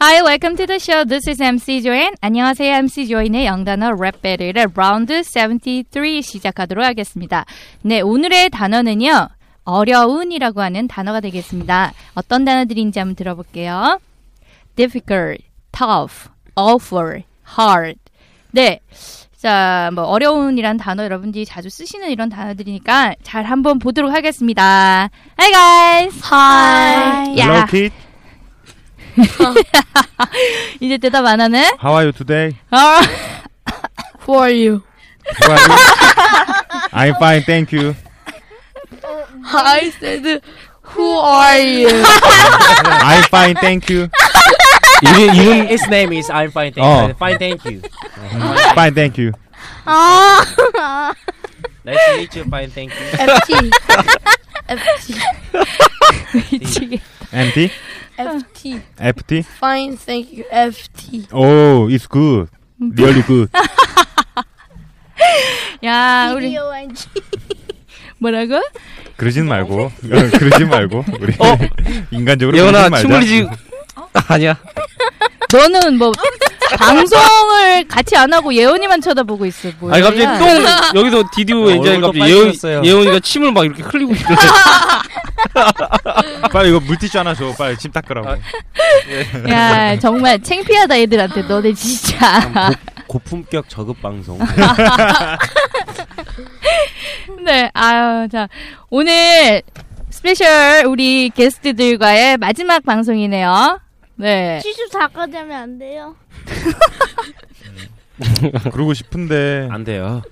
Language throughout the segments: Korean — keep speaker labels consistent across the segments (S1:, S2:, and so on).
S1: Hi, welcome to the show. This is MC Join. 안녕하세요. MC Join의 영단어 랩 배틀의 라운드 73 시작하도록 하겠습니다. 네, 오늘의 단어는요. 어려운이라고 하는 단어가 되겠습니다. 어떤 단어들인지 한번 들어볼게요. difficult, tough, awful, hard. 네. 자, 뭐 어려운이란 단어 여러분들이 자주 쓰시는 이런 단어들이니까 잘 한번 보도록 하겠습니다. Hi guys.
S2: Hi.
S1: Yeah.
S3: Hello, kid.
S1: 이제 대답 안 하네?
S3: How are you today?
S1: 아.
S2: Who are you?
S3: How are you? I'm fine, thank you.
S2: I said, Who are you?
S3: I'm fine, thank you.
S4: 이름, 이름 His name is I'm fine thank you
S3: 어.
S4: Fine thank you
S3: Fine, thank you.
S1: 아.
S4: Nice to meet you Fine thank you
S2: FT. FT.
S1: 미치게.
S3: MT?
S2: FT.
S3: FT?
S2: Fine, thank you. FT.
S3: Oh, it's good. Really good.
S1: 야, 아, 우리 뭐라고?
S3: 그러진 말고. 어, 그러지 말고. 우리 인간적으로
S4: 어? 예원아
S3: 그러지
S4: 춤을
S3: 말자.
S4: 지 아니야
S1: 너는 뭐 방송을 같이 안 하고 예원이만 쳐다보고 있어. 뭐야?
S4: 아니 갑자기 똥 여기서 디디오
S3: 야,
S4: 엔자인
S3: 얼굴도
S4: 갑자기 예원,
S3: 빨개졌어요.
S4: 예원이가 침을 막 이렇게 흘리고 있어
S3: 빨리 이거 물티슈 하나 줘. 빨리 침 닦으라고.
S4: 아,
S1: 야, 정말 창피하다 애들한테 너네 진짜.
S5: 아, 고품격 저급 방송.
S1: 네. 아유, 자. 오늘 스페셜 우리 게스트들과의 마지막 방송이네요. 네.
S6: 74가 되면 안 돼요.
S3: 그러고 싶은데.
S4: 아.
S5: 안 돼요.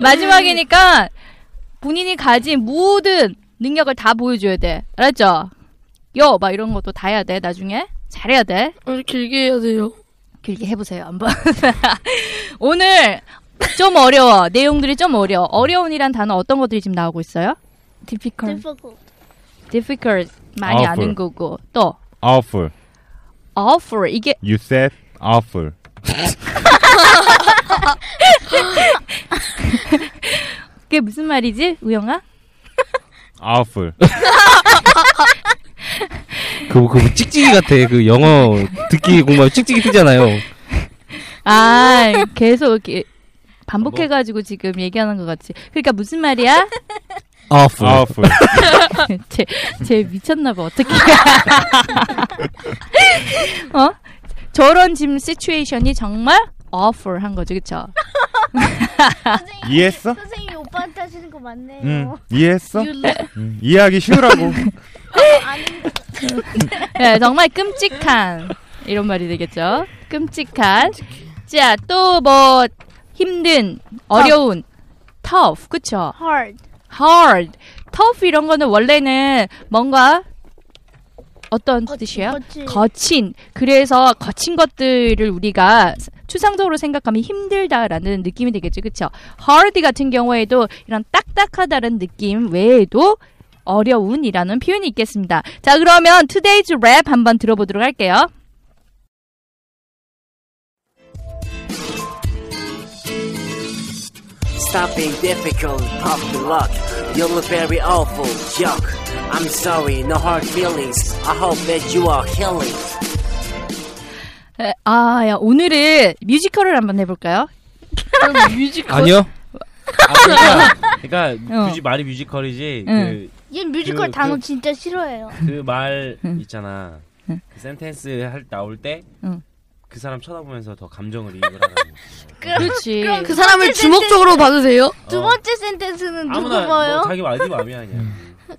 S1: 마지막이니까 본인이 가진 모든 능력을 다 보여줘야 돼. 알았죠? 요! 막 이런 것도 다 해야 돼, 나중에. 잘해야 돼.
S2: 오늘 길게 해야 돼요.
S1: 길게 해보세요, 한번. 오늘 좀 어려워. 내용들이 좀 어려워. 어려운이란 단어 어떤 것들이 지금 나오고 있어요? difficult.
S6: difficult.
S1: difficult. 많이
S3: Awful.
S1: 아는 거고. 또,
S3: Awful.
S1: awful. 이게
S3: You said awful.
S1: 그게 무슨 말이지, 우영아?
S3: Awful.
S4: 그거 그거 찍찍이 같아 그 영어 듣기 공부하면 찍찍이 뜨잖아요
S1: 아, 계속 이렇게 반복해가지고 지금 얘기하는 것 같지. 그러니까 무슨 말이야?
S4: Awful
S3: Awful.
S1: 쟤, 쟤 미쳤나봐, 어떻게. 어? 저런 지금 시츄에이션이 정말 awful 한 거죠, 그쵸?
S6: 선생님,
S3: 이해했어?
S6: 선생님 오빠한테 하시는 거 맞네요.
S3: 응.
S1: 뭐?
S3: 이해했어?
S6: You look-
S3: 응. 이해하기 쉬우라고.
S6: 아닌
S1: 네, 정말 끔찍한, 이런 말이 되겠죠? 끔찍한. 자, 또 뭐, 힘든, 어려운, tough, 그쵸?
S6: hard.
S1: hard. tough 이런 거는 원래는 뭔가, 어떤 그 뜻이에요?
S6: 거칠.
S1: 거친 그래서 거친 것들을 우리가 추상적으로 생각하면 힘들다라는 느낌이 되겠죠 그쵸 hard 같은 경우에도 이런 딱딱하다는 느낌 외에도 어려운이라는 표현이 있겠습니다 자 그러면 today's rap 한번 들어보도록 할게요
S7: Stop being difficult, pop the luck. You look very awful, yuck. I'm sorry, no hard feelings. I hope that you are healing.
S1: 아야 오늘은 뮤지컬을 한번 해볼까요
S2: 그럼 뮤지컬.
S4: 아니요
S5: 아, 그러니까, 그러니까
S1: 어.
S5: 뮤지, 말이 뮤지컬이지
S1: 응.
S5: 그
S6: 얘 뮤지컬
S5: 그,
S6: 단어
S5: 그-
S6: 진짜 싫어해요.
S5: 그 말
S1: 응.
S5: 있잖아.
S1: 응.
S5: 그 센텐스 할 나올 때.
S1: 응.
S5: 그 사람 쳐다보면서 더 감정을 이입을 하라는 거.
S1: 그렇지.
S6: 그럼
S2: 그 사람을 주목적으로 봐주세요.
S6: 두
S5: 어.
S6: 번째 센텐스는 누구
S5: 아무나
S6: 봐요?
S5: 뭐 자기 말이 마음이야 그냥.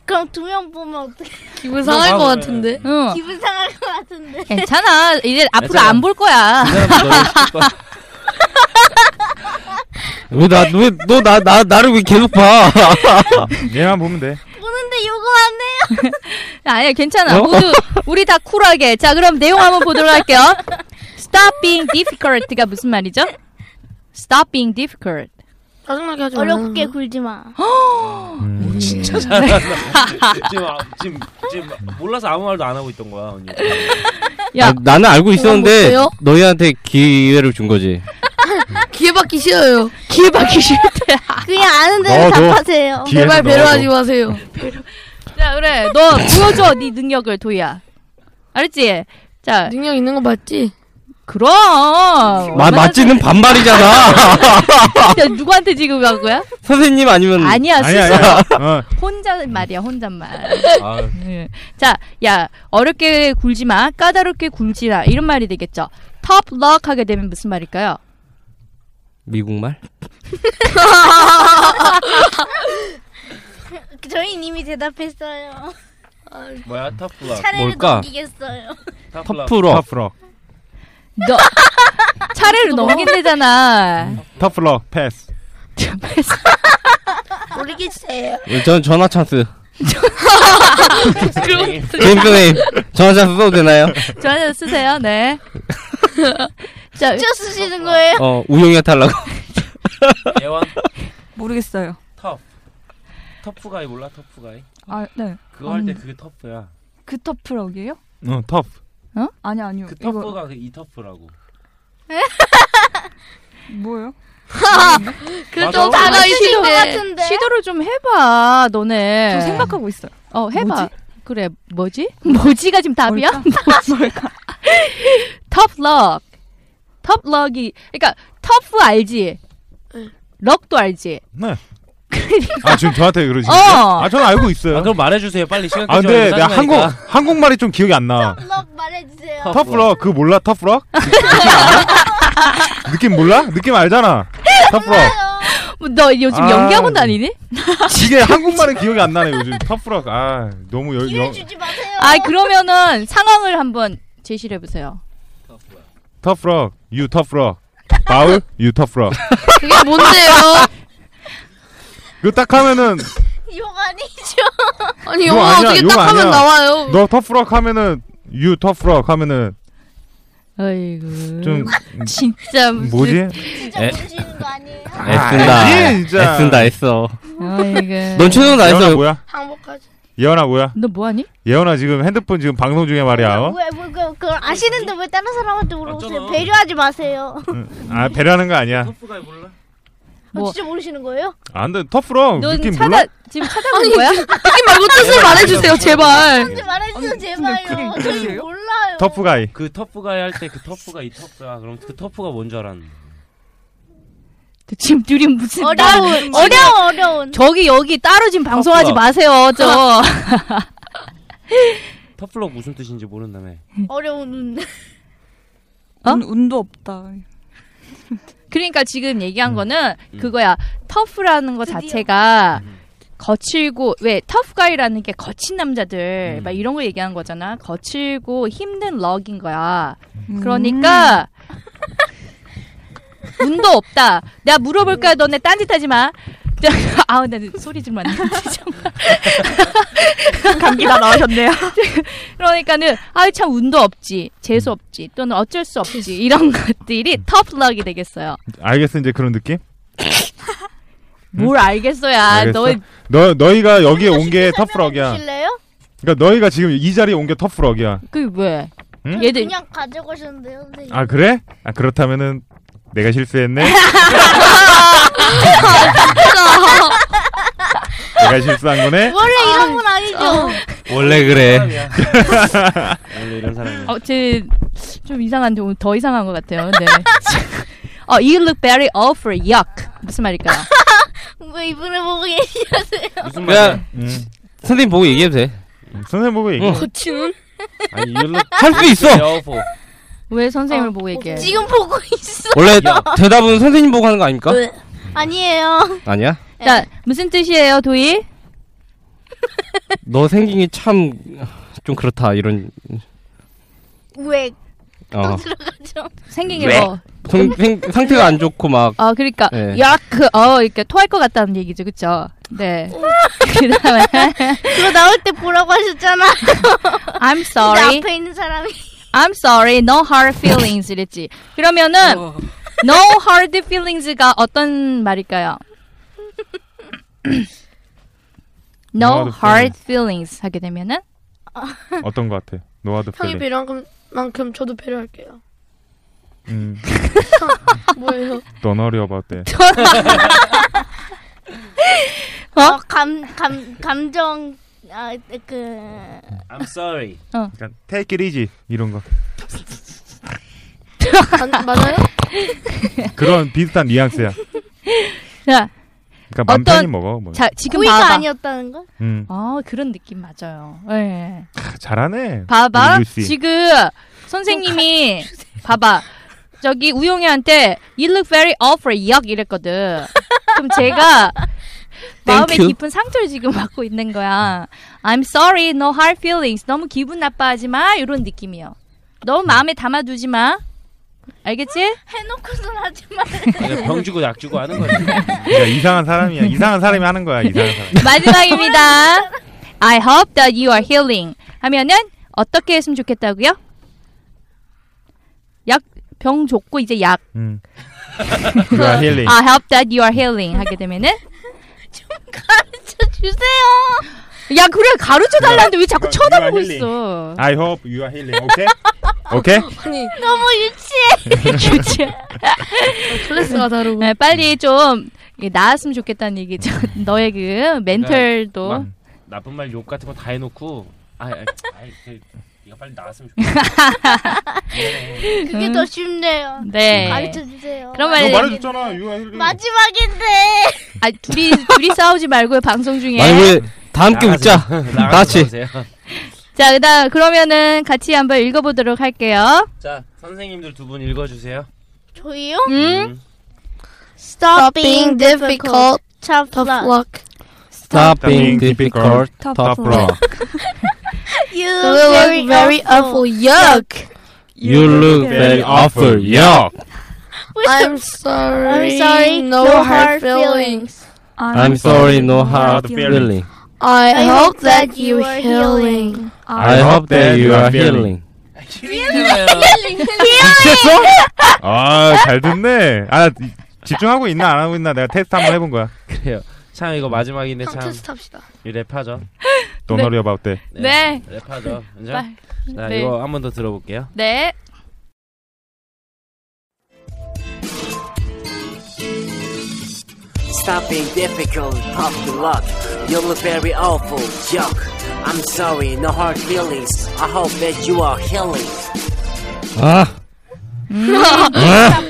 S6: 그럼 두 명 보면 어떻게
S2: 기분 상할 것
S5: 아,
S2: 같은데.
S1: 응.
S6: 기분 상할 것 같은데.
S1: 괜찮아. 이제 앞으로
S5: 괜찮아.
S1: 안 볼 거야.
S5: 그 사람 너를 시킬 거야.
S4: 왜나왜너나 나 나를 왜 계속 봐?
S3: 얘만 보면 돼.
S6: 보는데 요거 안 해.
S1: 아니 예, 괜찮아.
S4: 어?
S1: 모두 우리 다 쿨하게. 자, 그럼 내용 한번 보도록 할게요. Stop being difficult가 무슨 말이죠? Stop being difficult.
S2: 짜증나게 하지 마.
S6: 어렵게 굴지 마.
S5: 진짜 잘한다. 지금 아- 지금 지금 몰라서 아무 말도 안 하고 있던 거야 언니.
S1: 야,
S4: 아, 나는 알고 있었는데
S2: 뭐예요?
S4: 너희한테 기회를 준 거지.
S2: 기회받기 싫어요.
S1: 기회받기 싫대.
S6: 그냥 아는 대로
S3: 넣어줘.
S6: 답하세요.
S3: 기회에서
S2: 제발 배려하지
S3: 넣어줘.
S2: 마세요.
S1: 자, 그래. 너 보여줘 네 능력을 도희야. 알았지? 자,
S2: 능력 있는 거 맞지?
S1: 그럼.
S4: 마,
S1: 얼마나
S4: 맞지는 반말이잖아.
S1: 야, 누구한테 지금 한 거야?
S4: 선생님 음. 아니면
S1: 아니야,
S3: 아니야,
S1: 스스로.
S3: 아니야. 어,
S1: 혼잣말이야, 혼잣말.
S5: 아,
S1: 예. 자, 야, 어렵게 굴지 마, 까다롭게 굴지 마. 이런 말이 되겠죠. top luck 하게 되면 무슨 말일까요?
S4: 미국말?
S6: 저희 님이 대답했어요.
S5: 뭐야 탑블락.
S6: 차례를
S4: 뭘까?
S6: 넘기겠어요.
S5: 탑블락.
S4: 터프로
S3: 터프로.
S1: 너, 차례를 넘긴대잖아.
S3: 터프로 패스.
S6: 모르겠어요.
S4: 전 전화 찬스. 대표님 전화 찬스 써도 되나요?
S1: 저한테 쓰세요, 네. 자,
S6: 저 쓰시는 거예요?
S4: 어 우영이 탈라고.
S5: 예원
S8: 모르겠어요.
S5: 탑. 터프가이 몰라 터프가이.
S8: 아, 네.
S5: 그거 할 때 그게 터프야.
S8: 그 터프럭이에요? 어?
S3: 응, 어, 터프.
S8: 아니 아니요.
S5: 그 터프가 그 이 터프라고.
S8: 뭐예요?
S5: 그래도
S2: 나
S6: 쓰신 것
S2: 이신데.
S6: 같은데.
S1: 시도를 좀 해봐, 너네.
S8: 저 생각하고 있어요.
S1: 어, 해봐. 그래, 뭐지? 뭐지가 지금 답이야? 뭐지? top luck. top luck이, 그러니까, top 알지? 럭도 알지?
S3: 네. 아 지금 저한테 그러시는
S1: 그러니까. 어.
S3: 거예요? 아 저는 알고 있어요.
S5: 아, 그럼 말해주세요 빨리 시간
S3: 아
S5: 끄지
S3: 근데
S5: 말고
S3: 내가
S5: 짜증나니까.
S3: 한국 한국말이 좀 기억이 안 나.
S6: 럭 말해주세요.
S5: 터-
S3: 터프로 그거 몰라 터프로? 느낌 몰라? 느낌 알잖아. 터프로.
S1: 뭐, 너 요즘
S3: 아.
S1: 연기학원 다니니?
S3: 이게 한국말은 기억이 안 나네 요즘. 터프로. 아 너무 여,
S6: 기회
S3: 여
S6: 주지 마세요.
S1: 아, 그러면은 상황을 한번 제시를 해보세요.
S3: 터프로. 유 터프로. 바울 유 터프로.
S2: 그게 뭔데요?
S3: 그거 딱 하면은
S6: 욕 아니죠?
S2: 아니
S3: 이거
S2: 영어
S3: 아니야,
S2: 어떻게
S3: 이거
S2: 딱 하면
S3: 아니야.
S2: 나와요?
S3: 너 터프로 하면은 유 터프로 하면은
S1: 아이고.
S3: 좀
S1: 진짜 무슨.
S5: 아,
S3: 뭐지?
S6: 진짜
S4: 에?
S6: 모르시는 거 아니에요?
S4: 애쓴다.
S3: 아, 예, 진짜.
S4: 애쓴다 애써.
S1: 아이고.
S4: 넌 최선을
S3: 예원아
S4: 다했어.
S3: 뭐야?
S2: 항복하지.
S3: 예원아 뭐야?
S1: 너 뭐하니?
S3: 예원아 지금 핸드폰 지금 방송 중에 말이야. 어?
S6: 왜, 왜, 그, 그걸 아시는데 왜 다른 사람한테 물어보세요?
S5: 맞잖아.
S6: 배려하지 마세요.
S3: 응. 아 배려하는 거 아니야.
S5: 터프가이 몰라?
S6: 어,
S1: 뭐.
S6: 진짜 모르시는 거예요?
S3: 안돼 아, 터프로
S1: 넌
S3: 어, 느낌
S1: 찾아,
S3: 몰라?
S1: 지금 찾아본 거야?
S2: 느낌 말고 뜻을 말해주세요 제발.
S6: 사람들 말해주세요, 제발요.
S8: 그게
S6: 저희
S8: 그게요?
S6: 몰라요.
S3: 터프가이.
S5: 그 터프가이 할 때 그 터프가 이 터프야 그럼 그 터프가 뭔 줄 알았는데
S1: 지금 둘이 무슨. 따로-
S6: 어려운, 어려운, 어려운.
S1: 저기, 여기 따로 지금
S3: 어,
S1: 방송하지
S5: 컸구나.
S1: 마세요, 저.
S5: 터플럭 무슨 뜻인지 모른다며
S6: 어려운 운.
S1: 어?
S8: 운, 운도 없다.
S1: 그러니까 지금 얘기한
S3: 음.
S1: 거는
S5: 음.
S1: 그거야. 터프라는 거
S6: 드디어.
S1: 자체가
S5: 음.
S1: 거칠고 왜 터프가이라는 게 거친 남자들
S5: 음.
S1: 막 이런 거 얘기한 거잖아. 거칠고 힘든 럭인 거야.
S8: 음.
S1: 그러니까 운도 없다. 내가 물어볼까?
S5: 음.
S1: 너네 딴짓하지 마. 아우 나 소리 좀 많이
S8: 감기 다 나으셨네요.
S1: 그러니까는 아유 참 운도 없지 재수 없지 또는 어쩔 수 없지 이런 것들이 터프럭이 되겠어요
S3: 알겠어 이제 그런 느낌?
S1: 뭘 알겠어야
S3: 알겠어?
S1: 아, 너
S3: 너 너희가 여기에 온
S6: 쉽게
S3: 게
S6: 설명해
S3: 터프럭이야.
S6: 주실래요?
S3: 그러니까 너희가 지금 이 자리에 온 게 터프럭이야.
S1: 그게 왜
S3: 응?
S1: 얘들-
S6: 그냥 가져가셨는데요, 선생님.
S3: 아 그래? 아 그렇다면은 내가 실수했네. 내가 실수한 거네.
S6: 원래 이런 건 아니죠.
S4: 원래 그래.
S5: 사람이야. 원래 이런 사람이야
S1: 어, 제좀 이상한데 오늘 더 이상한 것 같아요. 네. 어, you look very awful, yuck. 무슨 말일까요?
S6: 왜 이분을 뭐 보고 계시
S4: 그냥
S5: 무슨 말이야
S3: 음.
S4: 선생님 보고 얘기해도 돼.
S3: 선생님 보고 얘기.
S4: 응.
S2: 거치는?
S5: 아니, you look
S4: 할 수 있어.
S5: awful.
S1: 왜 선생님을 보고 얘기해?
S6: 어, 지금 보고 있어.
S4: 원래 대답은 선생님 보고 하는 거 아닙니까?
S2: 네.
S6: 아니에요.
S4: 아니야.
S1: 자, 무슨 뜻이에요, 도희?
S4: 너 생긴 게 참 좀 그렇다 이런.
S6: 왜?
S4: 어.
S1: 생긴 게
S4: 왜?
S1: 뭐?
S4: 성- 생- 상태가 안 좋고 막
S1: 어, 그러니까
S4: 네.
S1: 약, 어, 이렇게 토할 것 같다는 얘기죠, 그쵸? 네. 그다음에
S6: 그거 나올 때 보라고 하셨잖아.
S1: I'm
S6: 근데
S1: sorry,
S6: 앞에 있는 사람이.
S1: I'm sorry, no hard feelings 이랬지. 그러면은
S6: 어.
S1: no hard feelings가 어떤 말일까요? no
S3: No hard
S1: hard feelings 하게 되면은
S3: 어떤 거 같아? 노아드
S2: 형이
S3: 필리.
S2: 필요한 건- 만큼 저도 필요할게요.
S3: 음.
S2: 뭐예요?
S3: Don't worry about that.
S1: 어?
S6: 어? 감, 감, 감정. 아, 그.
S5: I'm sorry.
S3: 그러니까 take it easy 이런 거.
S2: 마- 맞아요?
S1: 네.
S3: 그런 비슷한 뉘앙스야.
S1: 자,
S3: 그러니까 맘
S1: 어떤-
S3: 편히 먹어. 뭐.
S1: 자 지금
S6: 구이가
S1: 봐봐.
S6: 아니었다는 걸?
S3: 음.
S1: 어, 그런 느낌 맞아요. 예.
S3: 크, 잘하네.
S1: 봐봐.
S3: 우리 루시.
S1: 지금 선생님이 봐봐. 저기 우영이한테 you look very awful yuck 이랬거든. 그럼 제가 마음에
S4: Thank you.
S1: 깊은 상처를 지금 받고 있는 거야. I'm sorry, no hard feelings. 너무 기분 나빠하지 마. 이런 느낌이요. 너무 마음에 담아두지 마. 알겠지?
S6: 해놓고선 하지 마.
S5: 그냥 병 주고 약 주고 하는 거지.
S3: 야, 그러니까 이상한 사람이야. 이상한 사람이 하는 거야. 이상한 사람.
S1: 마지막입니다. I hope that you are healing. 하면은 어떻게 했으면 좋겠다고요? 약 병 줬고 이제 약
S3: 음. You are
S4: 네.
S3: healing.
S1: I hope that you are healing 하게 되면은
S6: 가르쳐 주세요.
S1: 야 그래 가르쳐 달라는데 왜 자꾸
S3: 그럼
S1: 쳐다보고
S3: you are
S1: 있어?
S3: I hope you are healing. 오케이? 오케이?
S2: 아니
S6: 너무 유치해.
S1: 주제.
S2: 클래스가 다르고.
S1: 네, 빨리 좀 이게 나았으면 좋겠다는 얘기죠.
S5: 음.
S1: 너의 그 멘탈도
S3: 막
S5: 나쁜 말 욕 같은 거 다 해놓고. 아, 아, 아이, 그, 네가 빨리 나왔으면 좋겠어. 미안해.
S6: 그게 더 쉽네요.
S1: 네.
S5: 음.
S6: 가르쳐 주세요.
S1: 그런
S3: 너
S1: 말
S3: 말해줬잖아. 뭐? You are healing.
S6: 마지막인데.
S1: 아, 둘이 둘이 싸우지 말고 방송 중에
S4: 아니 우리 다 함께
S5: 나가세요.
S4: 웃자.
S5: 나가서
S4: 같이.
S5: 나오세요.
S1: 자 그다음 그러면은 같이 한번 읽어보도록 할게요.
S5: 자, 선생님들 두 분 읽어주세요.
S6: 저희요?
S1: 음.
S5: 음.
S6: Stop
S2: being difficult.
S6: Tough
S2: Tough
S6: luck.
S2: luck.
S4: Stop being
S3: being
S4: difficult. Top row.
S6: You
S2: You look very
S1: 어,
S2: awful. 어, Yuck.
S4: You
S1: 네.
S4: look very
S3: very
S4: awful.
S3: awful.
S4: Yuck.
S2: I'm sorry.
S6: I'm sorry.
S2: No, hard feelings.
S4: I'm sorry. No hard feeling.
S2: I, hope that you are healing.
S1: 아.
S4: I hope that you are healing.
S5: 아,
S4: 미쳤어?
S3: 아, 잘 듣네. 아, 이- 집중하고 있나 안 하고 있나 내가 테스트 한번 해본 거야.
S5: 그래요. 참 이거 마지막인데
S2: 형
S5: 네, 참
S2: 테스트 합시다.
S5: 이 랩하죠.
S3: Don't
S1: 네.
S3: worry about that.
S1: 네.
S5: 랩하죠. 그죠?
S1: 빨-
S5: 자,
S1: 네.
S5: 이거 한 번 더 들어볼게요.
S1: 네.
S7: Stop being difficult, pop the luck. You look very awful, yuck. I'm sorry, no hard feelings. I hope that you are healing.
S4: 아. 아.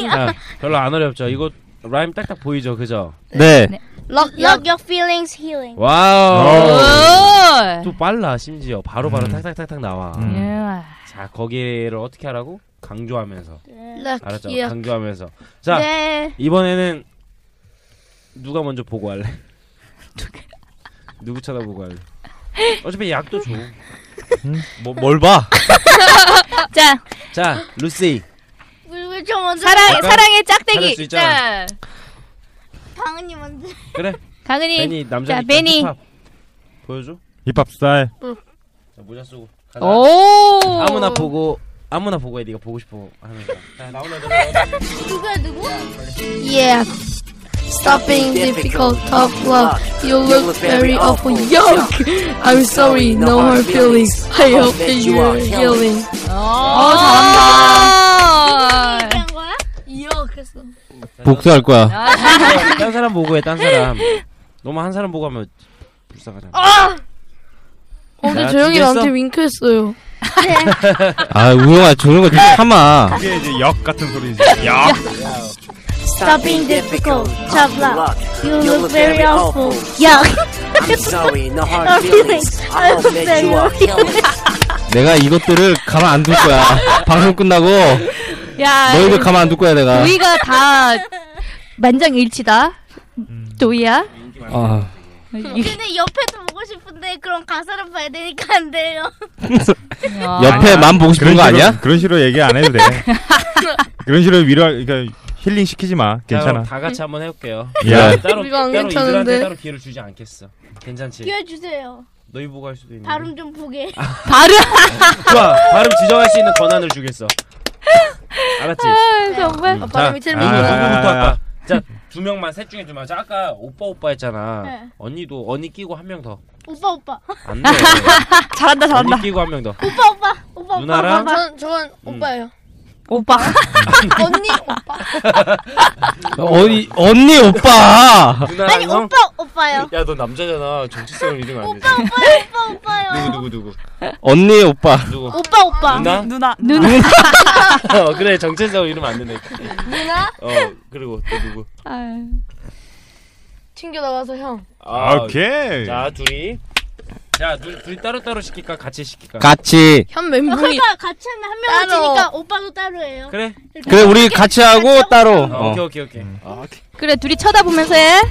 S5: 자, 별로 안 어렵죠. 이거 라임 딱딱 보이죠, 그죠?
S4: 네.
S6: Lock, lock your feelings healing.
S5: 와우.
S4: 어,
S1: 오.
S5: 또 빨라 심지어 바로바로
S3: 음.
S5: 탁탁탁탁 나와.
S3: 음.
S1: 예.
S5: 자 거기를 어떻게 하라고? 강조하면서
S6: 네.
S5: 알았죠?
S2: 예.
S5: 강조하면서 자
S1: 네.
S5: 이번에는 누가 먼저 보고 할래? 누구 쳐다보고 할래? 어차피 약도 줘.
S4: 뭐, 뭘 봐?
S1: 자
S5: 자 루시
S6: 물고 저 먼저.
S1: 사랑
S5: 잠깐
S1: 사랑의
S5: 받을 수
S1: 짝대기.
S5: 있잖아.
S1: 자
S6: 강은이 먼저.
S5: 그래
S1: 강은이.
S5: 베니 남자
S1: 네. 자, 베니.
S5: 힙합 보여줘.
S3: 힙합 스타일.
S5: 자, 모자 쓰고 가자.
S1: 오.
S5: 아무나 보고 아무나 보고 해. 네가 보고 싶어 하는 거. 자 아, 나오나 들어.
S6: 누가 누구?
S2: Yeah. Stop being difficult. Tough luck. You look very awful. Yuck. I'm sorry. No hard feelings. I hope that you are healing.
S1: 아. 어 잘한다.
S6: 얘기한 거야?
S2: Yuck. 했어.
S4: 복수할 거야.
S5: 딴 사람 보고 해. 딴 사람. 너무 한 사람 보고 하면 불쌍하잖아.
S2: 어, 근데
S5: 나
S2: 저 형이
S5: 준비했어?
S2: 나한테 윙크했어요.
S4: 아, 우영아, 저런 거 좀 참아.
S3: 이게 이제 역 같은 소리지. 역.
S6: Stop being difficult. Tough luck. You look very awful. Yuck.
S7: I'm sorry, no
S6: No
S7: hard
S6: feelings.
S7: feelings. I
S6: I'm
S7: hope that
S6: very
S7: you are
S6: awful.
S7: killing.
S4: 내가 이것들을 가만 안 둘 거야. 방송 끝나고
S1: 야,
S4: 너희들 가만 안 둘 거야 내가.
S1: 도희가 다 만장일치다.
S5: 음.
S1: 도희야.
S4: 아,
S6: 근데 옆에도 보고 싶은데 그럼 가사를 봐야 되니까 안 돼요.
S4: 옆에만 보고 싶은 거 아니야?
S3: 그런 식으로 얘기 안 해도 돼. 그런 식으로 위로 그러니까 힐링 시키지 마. 괜찮아.
S5: 다 같이 한번 해볼게요.
S3: 야.
S5: 따로
S2: 이거 안
S5: 따로
S2: 괜찮은데?
S5: 이들한테 따로 기회를 주지 않겠어. 괜찮지?
S6: 끼워주세요.
S5: 너희 보고 할 수도 있는.
S6: 발음 좀 보게.
S5: 아.
S1: 바로
S5: 좋아. 발음 지정할 수 있는 권한을 주겠어. 알았지?
S1: 정말.
S2: 아, 발음이 제일
S3: 아,
S5: 누구
S2: 민망해.
S5: 누구부터
S3: 아, 아, 아.
S5: 할까? 자두 명만 셋 중에 두 명. 자 아까 오빠 오빠 했잖아.
S6: 네.
S5: 언니도 언니 끼고 한 명 더.
S6: 오빠 오빠.
S5: 안 돼.
S1: 잘한다, 잘한다.
S5: 언니 끼고 한 명 더.
S6: 오빠 오빠. 오빠 오빠.
S5: 누나랑? 음.
S6: 오빠, 아,
S2: 저는 저는 오빠예요.
S1: 오빠.
S2: 언니 오빠.
S4: 언니 언니 오빠.
S5: 누나랑
S6: 아니
S5: 형.
S6: 오빠 오빠요.
S5: 야너 남자잖아. 정체성을 잃으면 안 되지.
S6: 오빠 오빠요. 오빠 오빠요.
S5: 누구 누구 누구
S4: 언니 오빠.
S5: 누구.
S6: 오빠 오빠.
S5: 누나?
S1: 누나. 누나.
S5: 어, 그래 정체성 잃으면 안 된다니까.
S6: 누나?
S5: 어 그리고 또 누구?
S1: 아유.
S2: 튕겨 나가서 형.
S3: 아, 오케이.
S5: 아,
S3: 아,
S5: 자 둘이 자 둘, 둘이 따로따로 시킬까 같이 시킬까
S4: 같이
S2: 현 멘붕이
S6: 그러니까 같이 하면 한 명을
S2: 따로.
S6: 치니까 오빠도 따로예요.
S5: 그래
S4: 그래 우리 같이 하고 따로.
S5: 어,
S4: 어.
S5: 오케이 오케이 오케이
S1: 그래, 둘이 쳐다보면서 해.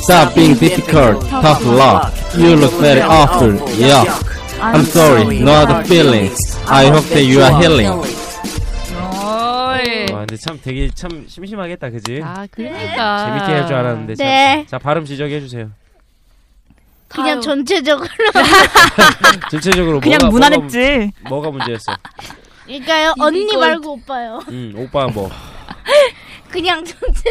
S4: Stop being difficult. Tough luck. You look very awful. Yeah. I'm sorry. No other feelings. I hope that you are healing.
S1: 어이.
S5: 와 근데 참 되게 참 심심하겠다 그지
S1: 아, 그러니까.
S5: 재밌게 할 줄 알았는데 참.
S6: 네.
S5: 자 발음 지적해 주세요
S6: 그냥
S1: 아유.
S6: 전체적으로.
S5: 전체적으로
S1: 그냥
S5: 뭐가,
S1: 무난했지.
S5: 뭐가, 뭐가 문제였어
S6: 그러니까요. 언니 말고 오빠요.
S5: 음 오빠 뭐
S6: 그냥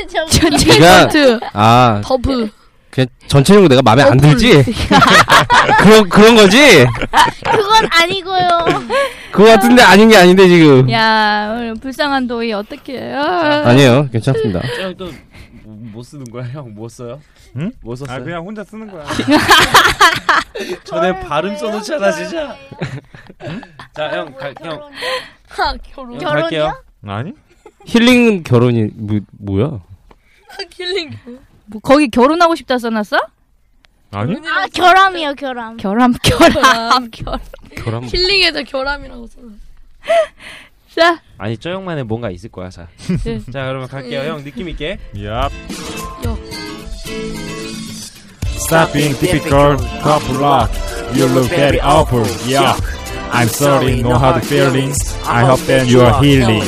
S6: 전체적으로.
S4: 네가
S2: 트
S4: 아
S2: 더브
S4: 그냥 전체적으로 내가 마음에 안 들지? 그런 그런 거지?
S6: 그건 아니고요.
S4: 그거 같은데 아닌 게 아닌데 지금.
S1: 야, 오늘 불쌍한 도희 어떡해. 아.
S4: 아니에요. 괜찮습니다.
S5: 형또뭐 쓰는 거야 형뭐 써요
S3: 응?
S5: 뭐 썼어요
S3: 아 그냥 혼자 쓰는 거야.
S5: 전에
S6: 저를
S5: 발음
S6: 왜요?
S5: 써놓잖아
S6: 저를
S5: 진짜
S6: 왜요?
S5: 자형형 형,
S2: 하 결혼
S5: 형,
S6: 결혼이요?
S5: 갈게요
S3: 아니?
S4: 힐링 결혼이 뭐, 뭐야?
S2: 킬링
S1: 뭐, 거기 결혼하고 싶다 써놨어?
S3: 아니?
S6: 아 결함이요 결함.
S1: 결함, 결함, 결함.
S4: 결혼 뭐.
S2: 힐링에서 결함이라고 써.
S1: 자,
S5: 아니 저 형만의 뭔가 있을 거야 자.
S1: 네.
S5: 자 그러면 갈게요 형 느낌 있게
S3: 야.
S7: Stop being difficult. Tough luck. You look very awful. Yeah. I'm sorry. No hard feelings. I hope that you are healing.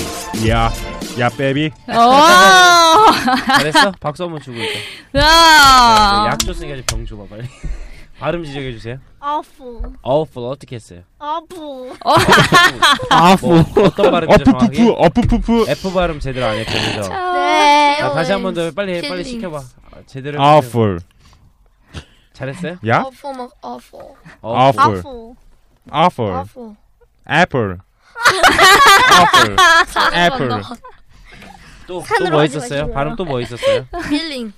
S3: 야. 야, 베비.
S1: 오!
S5: 잘했어? 박수 한번 주고 있다
S1: 야!
S5: 약조 쓰니까 병 줘봐 빨리 발음 지적해 주세요
S6: awful,
S5: awful 어떻게 했어요? 뭐,
S6: awful.
S4: 아프.
S1: 뭐.
S5: 어떤 발음인지
S3: 어푸푸푸.
S5: 정확하게
S3: 어푸푸푸.
S5: F 발음 제대로 안 했죠 그죠?
S1: 아,
S6: 네.
S5: 자, 다시 한 번 더 빨리 해 빨리
S2: 힐링.
S5: 시켜봐 아, 제대로 해보세요.
S3: awful.
S5: 잘했어요?
S3: 야?
S2: 어퍼 막 어퍼
S3: awful.
S6: awful.
S3: awful.
S2: 어퍼.
S3: apple. apple. apple.
S5: 또또
S6: 산으로
S5: 뭐
S6: 가지
S5: 있었어요?
S6: 마시고요.
S5: 발음 또 뭐 있었어요?
S2: 필링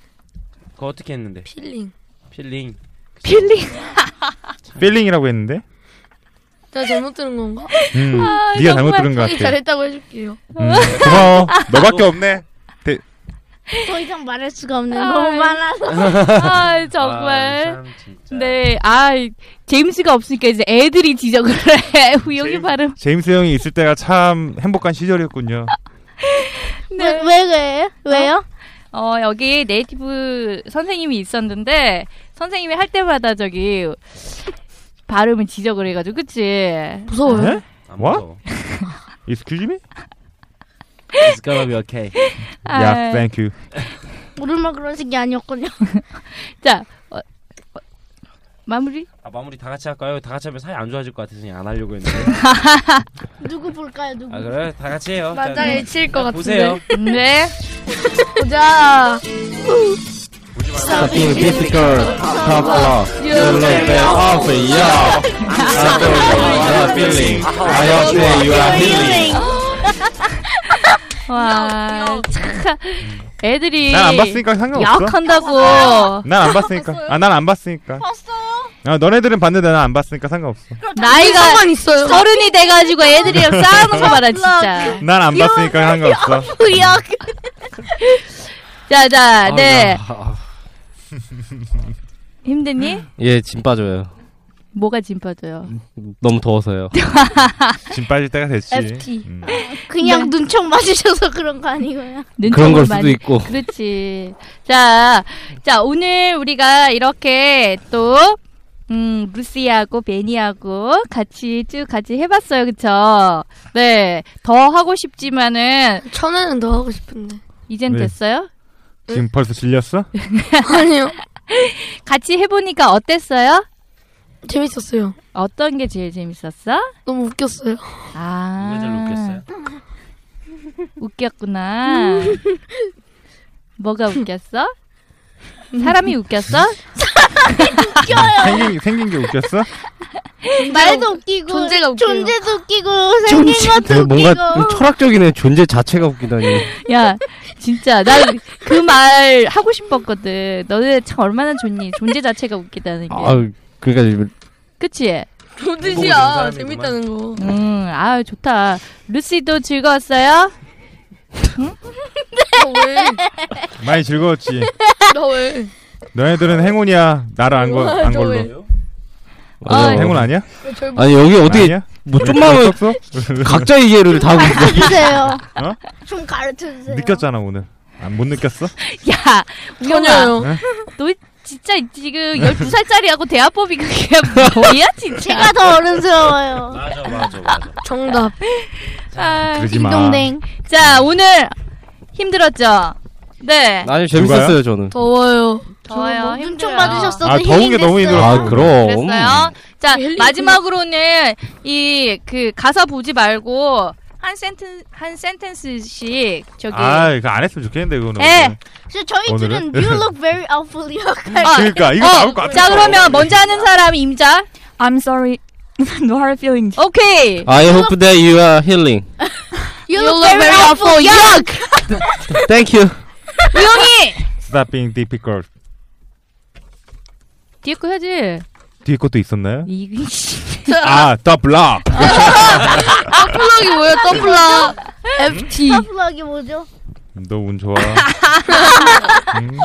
S5: 그거 어떻게 했는데?
S2: 필링.
S5: 필링
S1: 필링.
S3: feeling이라고 했는데?
S2: 나 잘못 들은 건가?
S3: 음. 네가 잘못
S1: 정말
S3: 들은 것
S2: 형이
S3: 같아.
S2: 잘했다고 해줄게요.
S3: 음. 고마워. 너밖에 없네.
S6: 더 이상 말할 수가 없네.
S1: 아이.
S6: 너무 많아서.
S1: 아, 정말.
S5: 아, 참, 진짜.
S1: 네, 아, 제임스가 없으니까 이제 애들이 지적을 해. 우영이
S3: 제임-
S1: 발음.
S3: 제임스 형이 있을 때가 참 행복한 시절이었군요.
S6: 네. 왜, 왜 그래요?
S2: 아,
S6: 왜요?
S1: 어, 여기 네이티브 선생님이 있었는데, 선생님이 할 때마다 저기, 발음을 지적을 해가지고, 그치?
S6: 어,
S2: 무서워요.
S3: 네?
S5: 안
S3: What?
S5: 무서워.
S3: Excuse me?
S5: It's gonna be okay
S3: Yeah, thank you.
S6: 우리만 그런 식이 아니었군요.
S1: 자, 어, 어, 마무리?
S5: 아 마무리 다 같이 할까요? 다 같이 하면 사이 안 좋아질 것 같아서 그냥 안 하려고 했는데
S6: 누구 볼까요? 누구?
S5: 아 그래? 다 같이 해요 자,
S2: 맞아 일칠 것
S5: 음, 자,
S2: 같은데.
S5: 보세요
S1: 네.
S2: 보자.
S5: 보지 말고
S4: Stop being difficult. Tough love. You look very awful. Yeah. I'm sorry. No hard feelings. I hope that you are healing.
S1: 와, 참. 애들이.
S3: 난 안 봤으니까 상관없어.
S1: 약한다고.
S3: 난 안 봤으니까. 아, 난 안 봤으니까.
S6: 봤어요?
S3: 아, 너네들은 봤는데 난 안 봤으니까 상관없어.
S1: 나이가
S2: 만 있어요.
S1: 서른이 돼가지고 애들이랑 싸우는 거 봐라 진짜.
S3: 난 안 봤으니까 상관없어.
S1: 부역. 자자
S4: 아,
S1: 네 힘드니?
S4: 예, 짐 빠져요.
S1: 뭐가 짐 빠져요?
S4: 너무 더워서요.
S3: 짐 빠질 때가 됐지.
S2: FT.
S3: 음.
S6: 그냥
S2: 네.
S6: 눈총 맞으셔서 그런 거 아니고요.
S4: 그런 걸
S1: 눈총을
S4: 수도
S1: 많이-
S4: 있고.
S1: 그렇지. 자, 자 오늘 우리가 이렇게 또 음, 루시하고 베니하고 같이 쭉 같이 해봤어요, 그쵸? 네, 더 하고 싶지만은
S2: 천에는 더 하고 싶은데.
S1: 이젠
S3: 네.
S1: 됐어요.
S3: 지금 벌써 질렸어?
S2: 아니요.
S1: 같이 해보니까 어땠어요?
S2: 재밌었어요.
S1: 어떤 게 제일 재밌었어?
S2: 너무 웃겼어요.
S1: 아,
S5: 누가 제일 웃겼어요?
S1: 구나 뭐가 웃겼어? 사람이 웃겼어?
S3: 생긴 생긴 게 웃겼어?
S6: 말도 웃기고
S1: 존재가 웃겨요.
S6: 존재도 웃기고 생긴 것도
S4: 뭔가 좀
S6: 웃기고
S4: 철학적이네. 존재 자체가 웃기다니.
S1: 야, 진짜 나 그 말 하고 싶었거든. 너네 참 얼마나 좋니? 존재 자체가 웃기다는 게.
S4: 아, 그러니까 지금
S1: 그치?
S2: 좋듯이야. 재밌다는 거.
S1: 음, 아 좋다. 루시도 즐거웠어요?
S2: 나 왜?
S3: 많이 즐거웠지.
S2: 나 왜?
S3: 너네들은 행운이야. 나를 안, 거, 안 걸로.
S2: 왜?
S1: 어,
S4: 맞아.
S3: 행운 아니야?
S2: 왜절
S4: 아니 여기 어디
S3: 아니야?
S4: 뭐 좀만
S3: 썩어?
S4: 각자 이해를 다 하고 있어.
S6: 주세요.
S3: 어?
S6: 좀 가르쳐 주세요.
S3: 느꼈잖아 오늘. 아, 못 느꼈어?
S1: 야, 우영아,
S2: 전혀요.
S1: 너 진짜 지금 12살짜리하고 대화법이 그게 뭐야 진짜?
S6: 제가 더 어른스러워요.
S5: 맞아 맞아 맞아.
S2: 정답.
S1: 아,
S3: 그러지 마.
S6: 딩동댕.
S1: 자, 오늘 힘들었죠? 네.
S4: 아니 재밌었어요 저는.
S2: 더워요.
S1: 더워요.
S6: 뭐, 눈총
S1: 힘들어요.
S6: 맞으셨어도
S3: 아, 더운 게 너무
S6: 힐링됐어요.
S3: 힘들어. 음.
S4: 아 그럼.
S1: 그랬어요. 자
S2: 힐링.
S1: 마지막으로는 이 그 가사 보지 말고 한 센텐 한 센텐스씩 저기
S3: 아, 이거 안 했으면 좋겠는데 그거는.
S1: 에.
S6: 그래서 저희
S3: 오늘은?
S6: 둘은 You look very awfully.
S1: 아,
S3: 그러니까 이거
S1: 어,
S3: 나올 것 같아.
S1: 자 그러면 먼저 하는 사람이 임자.
S8: I'm sorry. no hard feelings.
S3: 아.
S1: 오케이.
S4: I hope that you are healing.
S6: You look very awful. Yuck.
S4: Thank you.
S1: 우영이.
S3: Stop being difficult.
S1: 뒤에 거 해야지.
S3: 뒤에 것도 있었나요?
S1: 이
S3: 아, The Block.
S1: 플럭이 뭐야? 더블라. 음?
S2: FT.
S6: 서플럭이 뭐죠?
S3: 너 운 좋아. 음.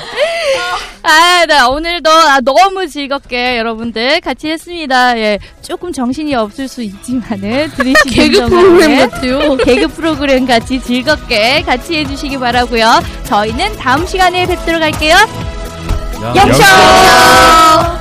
S1: 아, 네 오늘도 아, 너무 즐겁게 여러분들 같이 했습니다. 예, 조금 정신이 없을 수 있지만은 들으시는
S2: 개그
S1: 동안에
S2: 프로그램 같아요.
S1: 개그 프로그램 같이 즐겁게 같이 해주시기 바라고요. 저희는 다음 시간에 뵙도록 할게요. 영쇼!